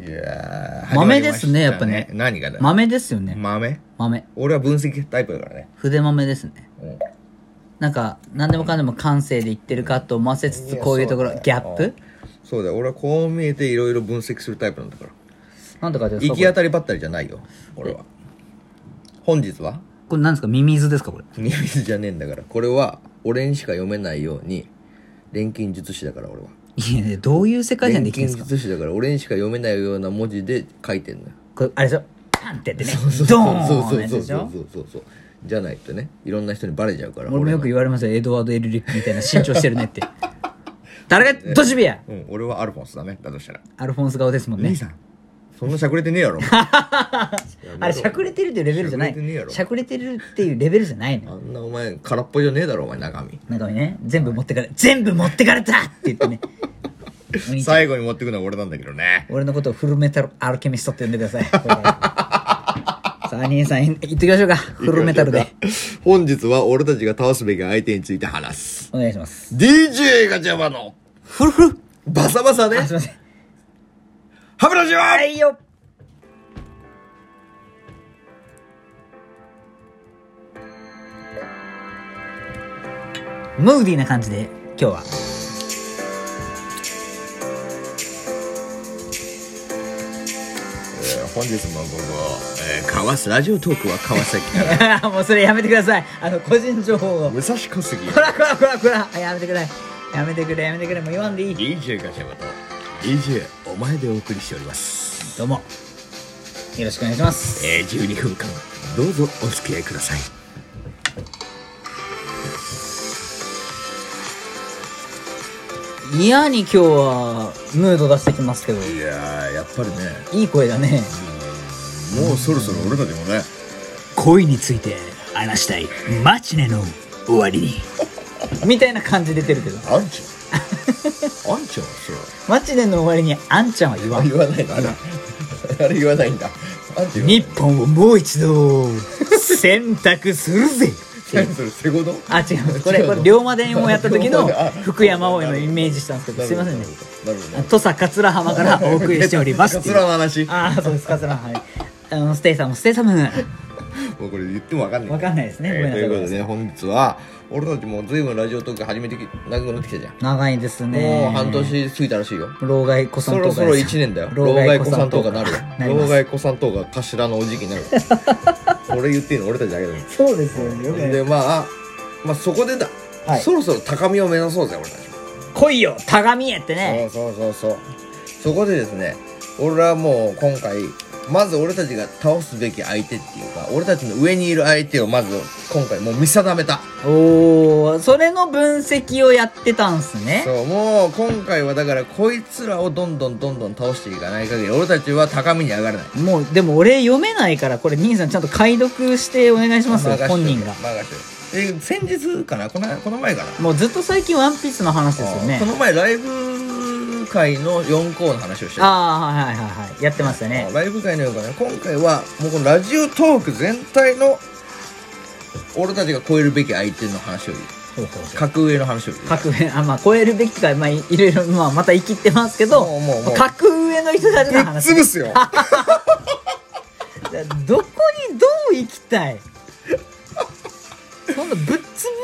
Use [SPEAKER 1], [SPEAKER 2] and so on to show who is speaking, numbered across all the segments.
[SPEAKER 1] いやー
[SPEAKER 2] 豆ですねやっぱ
[SPEAKER 1] 始まりまし
[SPEAKER 2] ね
[SPEAKER 1] た何がだ
[SPEAKER 2] 豆ですよね。
[SPEAKER 1] 豆
[SPEAKER 2] 豆。
[SPEAKER 1] 俺は分析タイプだからね。
[SPEAKER 2] 筆豆ですね。
[SPEAKER 1] うん
[SPEAKER 2] なんか、何でもかんでも感性で言ってるかと思わせつつ、こういうところ、ギャップ
[SPEAKER 1] そうだよ。俺はこう見えていろいろ分析するタイプなんだから。
[SPEAKER 2] なんて書いてあるんです
[SPEAKER 1] 行
[SPEAKER 2] か
[SPEAKER 1] き当たりばったりじゃないよ。俺は。本日は
[SPEAKER 2] これ何ですかミミズですかこれ。
[SPEAKER 1] ミミズじゃねえんだから。これは俺にしか読めないように、錬金術師だから俺は。
[SPEAKER 2] いやいや、どういう世界線で
[SPEAKER 1] 錬
[SPEAKER 2] 生
[SPEAKER 1] 金
[SPEAKER 2] きてるんですか
[SPEAKER 1] 術師だから俺にしか読めないような文字で書いてんのよ。
[SPEAKER 2] これ、あれでしょパンってやってね、ドーン
[SPEAKER 1] そうそう
[SPEAKER 2] のやつ
[SPEAKER 1] そう
[SPEAKER 2] で
[SPEAKER 1] そ
[SPEAKER 2] し
[SPEAKER 1] う
[SPEAKER 2] ょ
[SPEAKER 1] そうそうそう。じゃないとね、いろんな人にバレちゃうから。
[SPEAKER 2] 俺もよく言われますよ、エドワード・エルリックみたいな身長してるねって。 誰がドジビや
[SPEAKER 1] うん、俺はアルフォンスだね。だとしたら。
[SPEAKER 2] アルフォンス顔ですもんね
[SPEAKER 1] 兄。さん、そんなしゃくれてねえや ろ。
[SPEAKER 2] あれ、しゃくれてるっていうレベルじゃな
[SPEAKER 1] しゃくれてねえや
[SPEAKER 2] い。
[SPEAKER 1] ろ
[SPEAKER 2] しゃくれてるっていうレベルじゃないのよ
[SPEAKER 1] あんなお前、空っぽじゃねえだろ、お前、中身。
[SPEAKER 2] なんかね、全部持ってかれ、全部持ってかれたって言ってね。お兄ちゃん
[SPEAKER 1] 最後に持ってくのは俺なんだけどね。
[SPEAKER 2] 俺のことをフルメタルアルケミストって呼んでください。これからさあ、兄さん、い行ってきましょうか。フルメタルで。。
[SPEAKER 1] 本日は俺たちが倒すべき相手について話す。
[SPEAKER 2] お願いします。
[SPEAKER 1] DJ が邪魔の、
[SPEAKER 2] フルフル
[SPEAKER 1] バサバサね
[SPEAKER 2] あ、すい、ません。
[SPEAKER 1] 歯ブラシは
[SPEAKER 2] はいよムーディーな感じで、今日は。
[SPEAKER 1] 本日も午後、えー、かわすラジオトークは川 崎から、
[SPEAKER 2] もうそれやめてください。あの、個人情報を。
[SPEAKER 1] 武蔵小杉、
[SPEAKER 2] こらこらこらこら。あやめてくれ。やめてくれ、やめてくれ。もう言わんでいい。
[SPEAKER 1] DJ が邪魔と、DJ お前でお送りしております。
[SPEAKER 2] どうも。よろしくお願いします。
[SPEAKER 1] えー、12分間、どうぞお付き合いください。
[SPEAKER 2] いやに今日は、ムード出してきますけど。
[SPEAKER 1] いやー、やっぱりね、
[SPEAKER 2] いい声だね。
[SPEAKER 1] もうそろそろ俺たちもね、
[SPEAKER 2] 恋について話したいマチネの終わりに。みたいな感じ出てるけど。
[SPEAKER 1] あん ちゃん。あんちゃんはそう。
[SPEAKER 2] マチネの終わりにあんちゃんは言わ
[SPEAKER 1] あ
[SPEAKER 2] ん。
[SPEAKER 1] 言わないのあれあれ言わないんだあんちゃん
[SPEAKER 2] 日本をもう一度、選択するぜ。
[SPEAKER 1] 何それセゴド
[SPEAKER 2] あ、違います。これ、これ、龍馬伝をやった時の福山王へのイメージしたんですけど、すいませんね。
[SPEAKER 1] なるほど
[SPEAKER 2] あ土佐桂浜からお送りしておりますっていう。
[SPEAKER 1] カツラの話
[SPEAKER 2] ああ、そうです、桂浜。はい。あの、ステイさんもステイサム。
[SPEAKER 1] もうこれ言ってもわかんない
[SPEAKER 2] わかんないですね。ごめん
[SPEAKER 1] えーと
[SPEAKER 2] なさ
[SPEAKER 1] い
[SPEAKER 2] い。
[SPEAKER 1] うことでね本日は俺たちもずいぶんラジオトーク始めてきなくなってきたじゃん
[SPEAKER 2] 長いですね。
[SPEAKER 1] もう半。年過ぎたらしいよ
[SPEAKER 2] 老害子さん
[SPEAKER 1] そ
[SPEAKER 2] とか
[SPEAKER 1] ろそろ1年だよ老害子さんとかなるよ老害子さんとか頭のおじきに なるよこれ言っていいの俺たちだけだもん
[SPEAKER 2] そうですよね。よく
[SPEAKER 1] でまあまあそこでだ
[SPEAKER 2] はい
[SPEAKER 1] そろそろ高みを目指そうぜ俺たちも
[SPEAKER 2] 来いよ、タガミエってね。
[SPEAKER 1] そうそうそうそうそこでですね俺はもう今回まず俺たちが倒すべき相手っていうか俺たちの上にいる相手をまず今回もう見定めた
[SPEAKER 2] おー、それの分析をやってたんすね。
[SPEAKER 1] そうもう今回はだからこいつらをどんどんどんどん倒していかない限り俺たちは高みに上がれない
[SPEAKER 2] もう、でも俺読めないから、これ兄さんちゃんと解読してお願いしますよ、
[SPEAKER 1] 任しとる
[SPEAKER 2] 本人
[SPEAKER 1] 任
[SPEAKER 2] が。
[SPEAKER 1] しとるで先日かなこのこの前かな
[SPEAKER 2] もうずっと最近ワンピースの話ですよね
[SPEAKER 1] こ。の前ライブ会の4校の話をしてた
[SPEAKER 2] ああー、はいはいはいはい。やってましたね。
[SPEAKER 1] ライブ会のようかね今回はもうこのラジオトーク全体の俺たちが超えるべき相手の話より
[SPEAKER 2] そうそうそう
[SPEAKER 1] 格上の話より
[SPEAKER 2] 格上、あ、まあ、超えるべきか、まあ、いいろいろ、まあ、また生きってますけど
[SPEAKER 1] もうもうもう、
[SPEAKER 2] 格上の人たち
[SPEAKER 1] ぶっ
[SPEAKER 2] の話。
[SPEAKER 1] 潰すよ
[SPEAKER 2] じゃあどこにどう行きたいそんなぶっ潰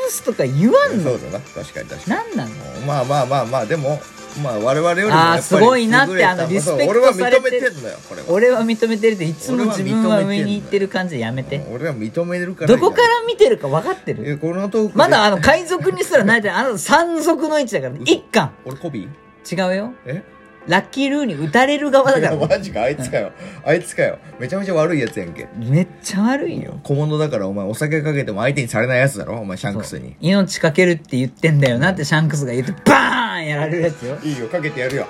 [SPEAKER 2] すとか言わ
[SPEAKER 1] そ
[SPEAKER 2] んの
[SPEAKER 1] うだな確かに確か
[SPEAKER 2] なんなの
[SPEAKER 1] にまあまあまあまあでもまあ我々よりもやっぱ
[SPEAKER 2] あー
[SPEAKER 1] り
[SPEAKER 2] すごいなって
[SPEAKER 1] 優れた
[SPEAKER 2] あのリスペクト
[SPEAKER 1] 俺は
[SPEAKER 2] され
[SPEAKER 1] 認
[SPEAKER 2] て
[SPEAKER 1] め
[SPEAKER 2] る
[SPEAKER 1] てんのよこれは
[SPEAKER 2] 俺は認めてるっていつも自分は
[SPEAKER 1] 俺は認めてんの
[SPEAKER 2] 上
[SPEAKER 1] よ
[SPEAKER 2] に行ってる感じでやめて
[SPEAKER 1] 俺は認めるから
[SPEAKER 2] どこから見てるか分かってる
[SPEAKER 1] えこのトークで
[SPEAKER 2] まだあの海賊にすらないであの山賊の位置だからね
[SPEAKER 1] 嘘
[SPEAKER 2] 一巻
[SPEAKER 1] 俺コビー
[SPEAKER 2] 違うよ
[SPEAKER 1] え
[SPEAKER 2] ラッキールーに打たれる側だか
[SPEAKER 1] いや
[SPEAKER 2] ら
[SPEAKER 1] マジかあいつかよあいつかよめちゃめちゃ悪いやつやんけ
[SPEAKER 2] めっちゃ悪いよ
[SPEAKER 1] 小物だからお前お酒かけても相手にされないやつだろお前シャンクスに
[SPEAKER 2] 命かけるって言ってんだよなってシャンクスが言ってバーンやられる やつよ
[SPEAKER 1] いいよ、かけてやるよ。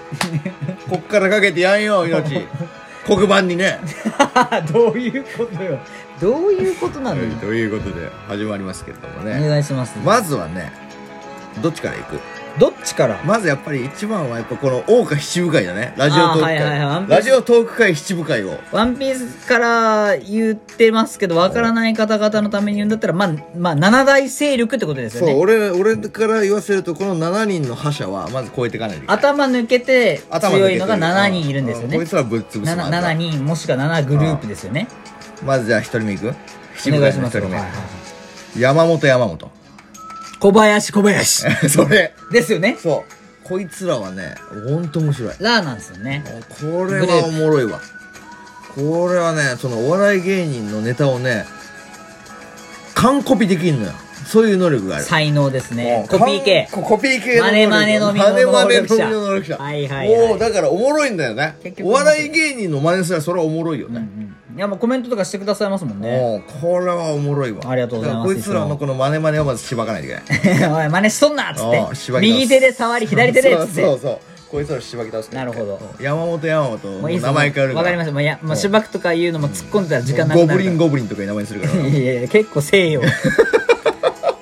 [SPEAKER 1] こっからかけてやんよ、命。黒板に ね。
[SPEAKER 2] どういうことよどういうことな
[SPEAKER 1] と
[SPEAKER 2] のよ
[SPEAKER 1] いうことで、始まりますけれども
[SPEAKER 2] お
[SPEAKER 1] ね。
[SPEAKER 2] 願いします
[SPEAKER 1] まずはね、どっちから行く
[SPEAKER 2] どっちから
[SPEAKER 1] まずやっぱり一番はやっぱこの大岡七部会だねラジオトーク会、
[SPEAKER 2] あーはいはいはい
[SPEAKER 1] ラジオトーク会七部会を
[SPEAKER 2] ワンピースから言ってますけど、わからない方々のために言うんだったら、まあ、まあ、七大勢力ってことですよ
[SPEAKER 1] そう
[SPEAKER 2] ね。
[SPEAKER 1] 俺俺から言わせるとこの7人の覇者はまず超えていかないといけない
[SPEAKER 2] 頭抜けて
[SPEAKER 1] 頭抜け
[SPEAKER 2] 強
[SPEAKER 1] て
[SPEAKER 2] いのが7人いるんですよ
[SPEAKER 1] う
[SPEAKER 2] ね
[SPEAKER 1] こい。つらぶっ潰す
[SPEAKER 2] 7 7人、もしくは7グループですよね。
[SPEAKER 1] まずじゃあ1人目いく
[SPEAKER 2] お
[SPEAKER 1] 七部
[SPEAKER 2] 願
[SPEAKER 1] 会
[SPEAKER 2] いし
[SPEAKER 1] の
[SPEAKER 2] ま
[SPEAKER 1] 1人
[SPEAKER 2] すよ。
[SPEAKER 1] 目、
[SPEAKER 2] はいはいはい
[SPEAKER 1] 山本山本
[SPEAKER 2] 小林、小林。
[SPEAKER 1] それ
[SPEAKER 2] ですよね。
[SPEAKER 1] そうこいつらはねほんと面白い
[SPEAKER 2] ラーなんですよね。
[SPEAKER 1] これはおもろいわこれはねそのお笑い芸人のネタをね完コピできんのよそういう能力がある
[SPEAKER 2] 才能ですね。コピー系。
[SPEAKER 1] 完コピー系
[SPEAKER 2] マネマネのみの
[SPEAKER 1] マネマネのみの能
[SPEAKER 2] 能
[SPEAKER 1] 力
[SPEAKER 2] 力
[SPEAKER 1] 者
[SPEAKER 2] 者はいはいはい
[SPEAKER 1] もうだからおもろいんだよね
[SPEAKER 2] 結局
[SPEAKER 1] お笑い芸人の真似すらそれはおもろいよ
[SPEAKER 2] うんう
[SPEAKER 1] ね、
[SPEAKER 2] ん。いや、もうコメントとかしてくださいますもんね。
[SPEAKER 1] もうこれはおもろいわ
[SPEAKER 2] ありがとうございま
[SPEAKER 1] だ
[SPEAKER 2] す
[SPEAKER 1] からこいつらのこのマネマネをまずしばかないといけない
[SPEAKER 2] おい、真似しとんなっつっ
[SPEAKER 1] おう縛
[SPEAKER 2] て。
[SPEAKER 1] り倒す
[SPEAKER 2] 右手で触り、 左手でっつ
[SPEAKER 1] そ
[SPEAKER 2] っ
[SPEAKER 1] うそう
[SPEAKER 2] て。
[SPEAKER 1] そうこいつらをしばき倒すから
[SPEAKER 2] なるほど
[SPEAKER 1] 山本山本
[SPEAKER 2] もういいっす
[SPEAKER 1] 名前変わる
[SPEAKER 2] わかりました。もういや、もうしばくとか言うのも突っ込んでたら時間なく
[SPEAKER 1] ゴ
[SPEAKER 2] なるか
[SPEAKER 1] ブ
[SPEAKER 2] ら。
[SPEAKER 1] リンゴブリンとかいう名前にするから
[SPEAKER 2] いやいや結構西 洋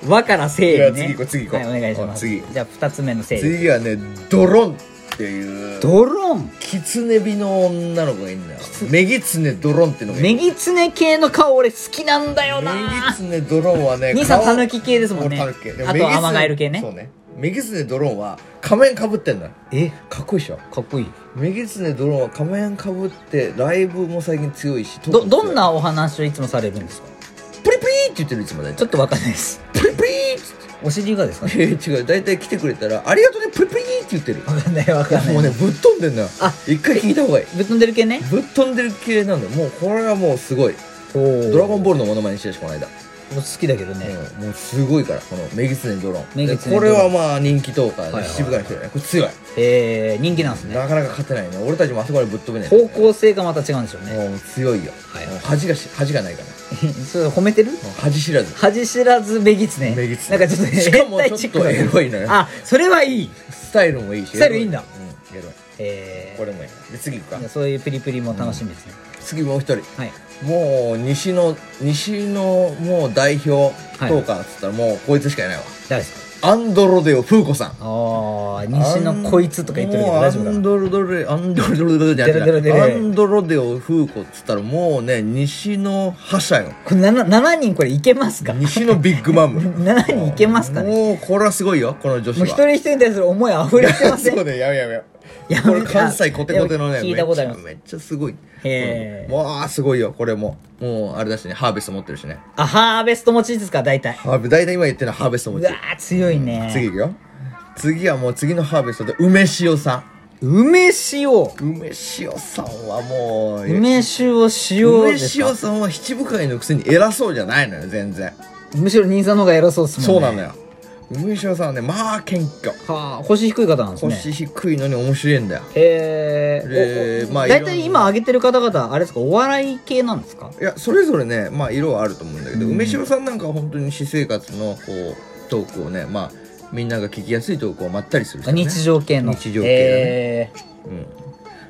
[SPEAKER 2] 和から西洋
[SPEAKER 1] いや次
[SPEAKER 2] ね
[SPEAKER 1] 行こう次行こう
[SPEAKER 2] はいお願いします
[SPEAKER 1] 次
[SPEAKER 2] じゃあ2つ目の西洋
[SPEAKER 1] 次はねドロンっていう
[SPEAKER 2] ドローン
[SPEAKER 1] キツネ美の女の子がいるんだよメギツネドロンっていうのがいる
[SPEAKER 2] ネギツネ系の顔俺好きなんだよな
[SPEAKER 1] メギツネドロンはね
[SPEAKER 2] 兄さん
[SPEAKER 1] 顔
[SPEAKER 2] タヌキ系ですもんね
[SPEAKER 1] 俺タヌキ系でも
[SPEAKER 2] あ
[SPEAKER 1] メギ
[SPEAKER 2] と
[SPEAKER 1] ツネ
[SPEAKER 2] アマガエル系ね
[SPEAKER 1] そうねメギツネドロンは仮面かぶってんのよ
[SPEAKER 2] え
[SPEAKER 1] かっこいいでしょ
[SPEAKER 2] かっこいい
[SPEAKER 1] メギツネドロンは仮面かぶってライブも最近強いし
[SPEAKER 2] どどん
[SPEAKER 1] ト
[SPEAKER 2] なお話をいつもされるんですか
[SPEAKER 1] ークも強いプリプリって言ってるいつも大
[SPEAKER 2] ち
[SPEAKER 1] 体
[SPEAKER 2] ょっとわかんないです
[SPEAKER 1] プリプリーって
[SPEAKER 2] お尻がですか
[SPEAKER 1] えー 違う大体来てくれたら「ありがとうねプリプリ」って言ってる
[SPEAKER 2] わかんないわかんない
[SPEAKER 1] もうねぶっ飛んでんのよ
[SPEAKER 2] あ
[SPEAKER 1] 一回聞いた方がいい
[SPEAKER 2] ぶっ飛んでる系ね
[SPEAKER 1] ぶっ飛んでる系なんだよもうこれはもうすごい
[SPEAKER 2] お
[SPEAKER 1] ドラゴン
[SPEAKER 2] ン
[SPEAKER 1] ボールのモノマネしてたしこの間、
[SPEAKER 2] 好きだけどね
[SPEAKER 1] うんもうすごいからこのメギツネドローン
[SPEAKER 2] メギツネ
[SPEAKER 1] こ
[SPEAKER 2] ド
[SPEAKER 1] れ
[SPEAKER 2] ローン
[SPEAKER 1] はまあ人気投下
[SPEAKER 2] はいはいはい
[SPEAKER 1] 渋川の人だねこれ強い
[SPEAKER 2] えー人気なんですね
[SPEAKER 1] なかなか勝てないね俺たちもあそこまでぶっ飛べない
[SPEAKER 2] 方向性がまた違うんでしょうね
[SPEAKER 1] もう強いよ、
[SPEAKER 2] はいはい
[SPEAKER 1] もう恥がし恥がないから
[SPEAKER 2] それ褒めてる
[SPEAKER 1] もう恥知らず
[SPEAKER 2] 恥知らずべぎつね。
[SPEAKER 1] メギツネ
[SPEAKER 2] なんかちょっと
[SPEAKER 1] しかも
[SPEAKER 2] 変態チックな
[SPEAKER 1] ちょっとエロいのよ
[SPEAKER 2] あ、それはいい。
[SPEAKER 1] スタイルもいいし
[SPEAKER 2] スタイルいいんだ
[SPEAKER 1] うんエロい
[SPEAKER 2] え
[SPEAKER 1] これもいいで次行くか
[SPEAKER 2] ー、そういうプリプリも楽しみですね。
[SPEAKER 1] 次もう一人
[SPEAKER 2] はい。
[SPEAKER 1] もう西の西のもう代表投下っつったらもうこいつしかいないわ、
[SPEAKER 2] 誰です
[SPEAKER 1] アンドロデオ風子さん
[SPEAKER 2] かああ、西のこいつとか言ってるけど大丈夫
[SPEAKER 1] もうアン
[SPEAKER 2] かな
[SPEAKER 1] ドロドレアンドロドレじゃ
[SPEAKER 2] デロデロデ
[SPEAKER 1] な
[SPEAKER 2] ロ
[SPEAKER 1] いアンドロデオ風子っつったらもうね西の覇者よ
[SPEAKER 2] これ 7, 7人これいけますか ?7
[SPEAKER 1] 西のビッグマム
[SPEAKER 2] 人いけますかね
[SPEAKER 1] もうこれはすごいよこの女子
[SPEAKER 2] も
[SPEAKER 1] は
[SPEAKER 2] う一人一人に対する思い溢れてません
[SPEAKER 1] そうねやめやめやめ
[SPEAKER 2] やめ
[SPEAKER 1] これ関西コテコテのね
[SPEAKER 2] いや聞いたことあります
[SPEAKER 1] めっちゃめっちゃすごい
[SPEAKER 2] へー
[SPEAKER 1] わあすごいよこれももうあれだしねハーベスト持ってるしね
[SPEAKER 2] あ、ハーベスト持ちですか大体。
[SPEAKER 1] ハーベ大体今言ってるのはハーベスト持
[SPEAKER 2] う
[SPEAKER 1] ち
[SPEAKER 2] わー、強いね。
[SPEAKER 1] 次いくよ次はもう次のハーベストで梅塩さ
[SPEAKER 2] 梅塩。
[SPEAKER 1] ん梅塩さんはもう
[SPEAKER 2] 梅酒を塩
[SPEAKER 1] 梅
[SPEAKER 2] です
[SPEAKER 1] 塩
[SPEAKER 2] か
[SPEAKER 1] さんは七部会のくせに偉そうじゃないのよ全然、
[SPEAKER 2] むしろ兄さんの方が偉そうですもんね。
[SPEAKER 1] そうなのよ梅塩さんはねまあ謙虚
[SPEAKER 2] はあ、腰低い方なんですね。
[SPEAKER 1] 腰低いのに面白いんだよ
[SPEAKER 2] へ
[SPEAKER 1] で
[SPEAKER 2] え
[SPEAKER 1] まあ
[SPEAKER 2] 大
[SPEAKER 1] いろんな
[SPEAKER 2] 体今挙げてる方々あれですかお笑い系なんですか
[SPEAKER 1] いやそれぞれねまあ色はあると思うんだけど、梅塩さんなんかは本当に私生活のこうトークをねまあみんなが聞きやすいトークをまったりする人ね、
[SPEAKER 2] 日常系の
[SPEAKER 1] 日常系だね
[SPEAKER 2] へー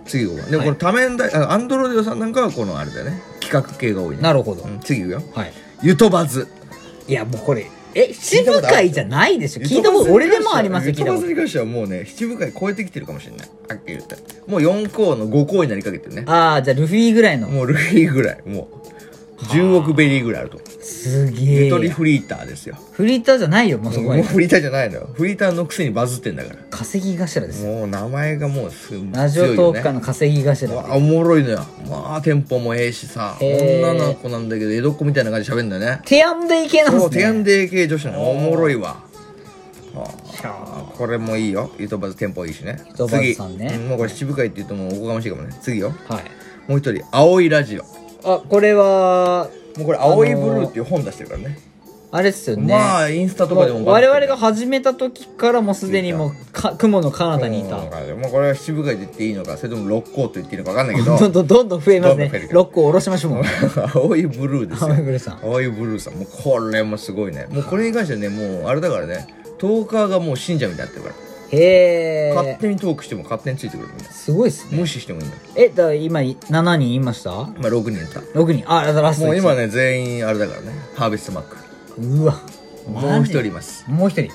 [SPEAKER 1] 次行こうでも
[SPEAKER 2] は
[SPEAKER 1] こ
[SPEAKER 2] い
[SPEAKER 1] の多面大あアンドロデオさんなんかはこのあれだよね企画系が多いね
[SPEAKER 2] なるほど、
[SPEAKER 1] うん、次行くよ
[SPEAKER 2] はい
[SPEAKER 1] ゆとばず
[SPEAKER 2] いやもうこれえ
[SPEAKER 1] 聞い
[SPEAKER 2] 七
[SPEAKER 1] たこ
[SPEAKER 2] 部
[SPEAKER 1] とある
[SPEAKER 2] 会じゃないでしょ聞いたこと俺でもありますよ
[SPEAKER 1] よ
[SPEAKER 2] 聞いたこ
[SPEAKER 1] に関してはもうね七部会超えてきてるかもしれないはっきり言ってもう4校の5校になりかけてるね
[SPEAKER 2] とああじゃあルフィぐらいの
[SPEAKER 1] もうルフィぐらいもう10億ベリーぐらいあると
[SPEAKER 2] す
[SPEAKER 1] ゆ
[SPEAKER 2] げ
[SPEAKER 1] とり
[SPEAKER 2] え
[SPEAKER 1] フリーターですよ
[SPEAKER 2] フリーターじゃないよもうそこ
[SPEAKER 1] も
[SPEAKER 2] は
[SPEAKER 1] うフリーターじゃないのよフリーターのくせにバズってんだから
[SPEAKER 2] 稼ぎ頭ですよ
[SPEAKER 1] もう名前がもうすごい強いよね
[SPEAKER 2] ラジオトークからの稼ぎ頭
[SPEAKER 1] わあおもろいのよまあテンポもええしさ
[SPEAKER 2] へー
[SPEAKER 1] 女の子なんだけど江戸っ子みたいな感じで喋んだよね
[SPEAKER 2] テアンデイ系なん
[SPEAKER 1] そ
[SPEAKER 2] で
[SPEAKER 1] うテア
[SPEAKER 2] す
[SPEAKER 1] ン
[SPEAKER 2] ね
[SPEAKER 1] デー系女子なのおもろいわあ
[SPEAKER 2] は
[SPEAKER 1] これもいいよ。ゆとばずテンポいいしね。
[SPEAKER 2] ゆとばずさんね
[SPEAKER 1] 次うんもうこれ渋いって言うともうおこがましいかもね。次よ。
[SPEAKER 2] あはい
[SPEAKER 1] もう一人、青いラジオ。
[SPEAKER 2] あこれは
[SPEAKER 1] もうこれ、青いブルーっていう本出してるからね。
[SPEAKER 2] あれっすよね
[SPEAKER 1] まあ、インスタとかでも
[SPEAKER 2] 我々が始めた時からもうすでにもうか雲の彼方にいた、
[SPEAKER 1] もうこれは渋いって言っていいのか、それとも六甲と言っていいのか分かんないけど
[SPEAKER 2] どん、どんどんどん増えます
[SPEAKER 1] ど
[SPEAKER 2] ね
[SPEAKER 1] んどん増える
[SPEAKER 2] 6個下ろしましょうもう
[SPEAKER 1] 青いブルーです
[SPEAKER 2] 青いブ
[SPEAKER 1] よ。
[SPEAKER 2] ルーさん
[SPEAKER 1] 青いブルーさん。もうこれもすごいね。もうこれに関してはね、もうあれだからね、トーカーがもう信者みたいになってるから。
[SPEAKER 2] へ
[SPEAKER 1] 勝
[SPEAKER 2] え
[SPEAKER 1] 手にトークしても勝手についてくるみたい
[SPEAKER 2] すごいっすね
[SPEAKER 1] な。無視してもいいんだよ。
[SPEAKER 2] えだから今7人いました
[SPEAKER 1] まあ、6人いた。
[SPEAKER 2] 6人あラスト
[SPEAKER 1] もう今
[SPEAKER 2] ね
[SPEAKER 1] ね、全員あれだからね、ハーベストマック。
[SPEAKER 2] うわ
[SPEAKER 1] もう一
[SPEAKER 2] マ
[SPEAKER 1] 人
[SPEAKER 2] ジ
[SPEAKER 1] います。
[SPEAKER 2] もう一人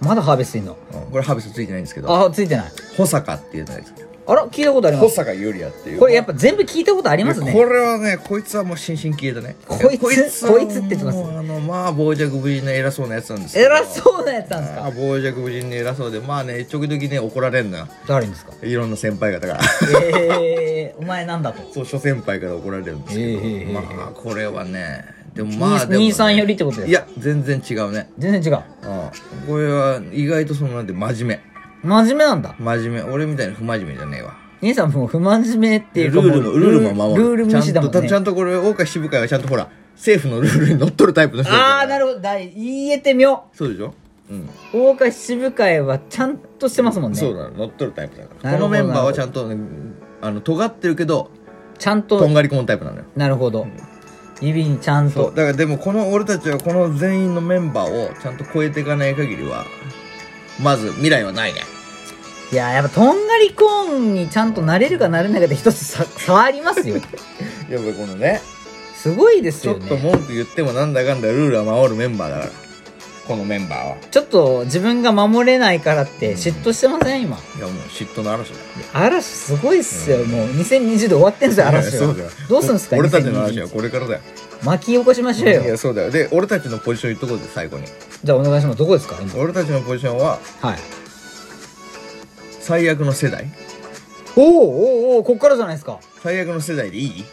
[SPEAKER 2] まだハーベストいんの
[SPEAKER 1] うんこれハーベストついてないんですけど
[SPEAKER 2] あついてない
[SPEAKER 1] 保坂っていうのです
[SPEAKER 2] あら聞いたことありま
[SPEAKER 1] 保
[SPEAKER 2] す
[SPEAKER 1] 坂ゆりやっていう
[SPEAKER 2] これやっぱ全部聞いたことあります
[SPEAKER 1] いや
[SPEAKER 2] ね
[SPEAKER 1] これはねこいつはもう新進気鋭だね
[SPEAKER 2] こいつ
[SPEAKER 1] は
[SPEAKER 2] こいつって言ってます
[SPEAKER 1] もうあのまあ傍若無人の偉そうなやつなんですけど
[SPEAKER 2] 偉そうなやつなんです
[SPEAKER 1] あ
[SPEAKER 2] か
[SPEAKER 1] ー傍若無人で偉そうでまあね時々ね怒られんのよ
[SPEAKER 2] 誰にですか
[SPEAKER 1] いろんな先輩方 から
[SPEAKER 2] えー、お前なんだと
[SPEAKER 1] そう諸先輩から怒られるんですけど、
[SPEAKER 2] ええええ
[SPEAKER 1] まあこれはねでもまあ
[SPEAKER 2] 兄
[SPEAKER 1] でもね、
[SPEAKER 2] 兄さんよりってことですか
[SPEAKER 1] いや全然違うね
[SPEAKER 2] 全然違う
[SPEAKER 1] うんこれは意外とそのなんて真面
[SPEAKER 2] 真面目なんだ
[SPEAKER 1] 目真面目俺みたいに不真面目じゃねえわ
[SPEAKER 2] 兄さんもう不真面目っていう
[SPEAKER 1] ル
[SPEAKER 2] か
[SPEAKER 1] ールも
[SPEAKER 2] う
[SPEAKER 1] ルールも守る
[SPEAKER 2] ルール無視だもん
[SPEAKER 1] ちゃんと
[SPEAKER 2] ね
[SPEAKER 1] ちゃんとこれ大岡支部会はちゃんとほら政府のルールにのっとるタイプの人だから
[SPEAKER 2] ああなるほどだい言えてみよ
[SPEAKER 1] そうでしょうん、
[SPEAKER 2] う大岡支部会はちゃんとしてますもんね
[SPEAKER 1] そうなの乗っとるタイプだから
[SPEAKER 2] な
[SPEAKER 1] この
[SPEAKER 2] るほど
[SPEAKER 1] メンバーはちゃんとねあの尖ってるけど
[SPEAKER 2] ちゃん
[SPEAKER 1] と
[SPEAKER 2] と
[SPEAKER 1] んがりコンタイプなのよ
[SPEAKER 2] なるほど指にちゃん
[SPEAKER 1] そう
[SPEAKER 2] と
[SPEAKER 1] だからでもこの俺たちはこの全員のメンバーをちゃんと超えていかない限りはまず未来はないね
[SPEAKER 2] いややっぱとんがりコーンにちゃんとなれるかなれないかで一つさ差ありますよ
[SPEAKER 1] やっぱりこのね
[SPEAKER 2] すごいです
[SPEAKER 1] ちょ
[SPEAKER 2] よ
[SPEAKER 1] っ
[SPEAKER 2] ね
[SPEAKER 1] と文句言ってもなんだかんだルールは守るメンバーだからこのメンバーは
[SPEAKER 2] ちょっと自分が守れないからって嫉妬してません今
[SPEAKER 1] いやもう嫉妬の嵐だよ
[SPEAKER 2] 嵐すごいっすよ、もう2020で終わってんすよ嵐
[SPEAKER 1] いや
[SPEAKER 2] は
[SPEAKER 1] そうだよ
[SPEAKER 2] どうすんすか
[SPEAKER 1] 俺たちの嵐は
[SPEAKER 2] 2020
[SPEAKER 1] これからだよ
[SPEAKER 2] 巻き起こしましょう
[SPEAKER 1] い
[SPEAKER 2] よ
[SPEAKER 1] やそうだよで俺たちのポジション言っとこうぜ最後に
[SPEAKER 2] じゃあお願いしますどこですか今
[SPEAKER 1] 俺たちのポジションは
[SPEAKER 2] はい
[SPEAKER 1] 最悪の世代
[SPEAKER 2] おーおーおおこっからじゃないですか
[SPEAKER 1] 最悪の世代でいい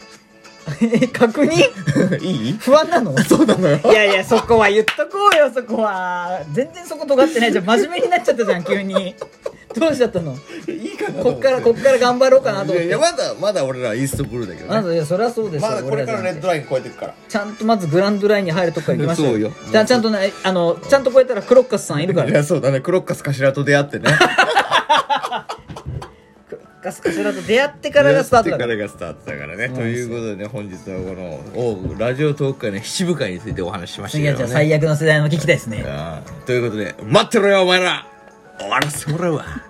[SPEAKER 2] え確認
[SPEAKER 1] いい
[SPEAKER 2] 不安なの
[SPEAKER 1] そうなのよ
[SPEAKER 2] いやいやそこは言っとこうよそこは全然そこ尖ってないじゃん真面目になっちゃったじゃん急に どうしちゃったの
[SPEAKER 1] いいかな
[SPEAKER 2] こっからこっから頑張ろうかなと
[SPEAKER 1] い
[SPEAKER 2] 思
[SPEAKER 1] や
[SPEAKER 2] っ
[SPEAKER 1] い
[SPEAKER 2] て
[SPEAKER 1] やまだまだ俺らはイーストブルーだけど
[SPEAKER 2] ま
[SPEAKER 1] ね
[SPEAKER 2] ずいやそりゃそうですよ
[SPEAKER 1] まだこれから
[SPEAKER 2] 俺
[SPEAKER 1] レ
[SPEAKER 2] じ
[SPEAKER 1] ッド
[SPEAKER 2] ゃなくて
[SPEAKER 1] ライン超えていくから
[SPEAKER 2] ちゃんとまずグランドラインに入るとこから行きましょう
[SPEAKER 1] そうよ
[SPEAKER 2] じゃあちゃんとねあのちゃんとこうやったらクロッカスさんいるから
[SPEAKER 1] いやそうだねクロッカス頭と出会って ね
[SPEAKER 2] ガスカシラと出会ってからがスタートだ
[SPEAKER 1] 出
[SPEAKER 2] か
[SPEAKER 1] 会
[SPEAKER 2] ら
[SPEAKER 1] ってからがスタートだからね
[SPEAKER 2] そう
[SPEAKER 1] と
[SPEAKER 2] なんで
[SPEAKER 1] い
[SPEAKER 2] す
[SPEAKER 1] う
[SPEAKER 2] よ
[SPEAKER 1] ことでね本日はこのおラジオトーク会ね七部会についてお話ししました
[SPEAKER 2] い
[SPEAKER 1] け
[SPEAKER 2] や
[SPEAKER 1] ど
[SPEAKER 2] じゃあ
[SPEAKER 1] ね
[SPEAKER 2] 最悪の世代の聞きたいですね
[SPEAKER 1] ああということで待ってろよお前ら終わらせてもらうわ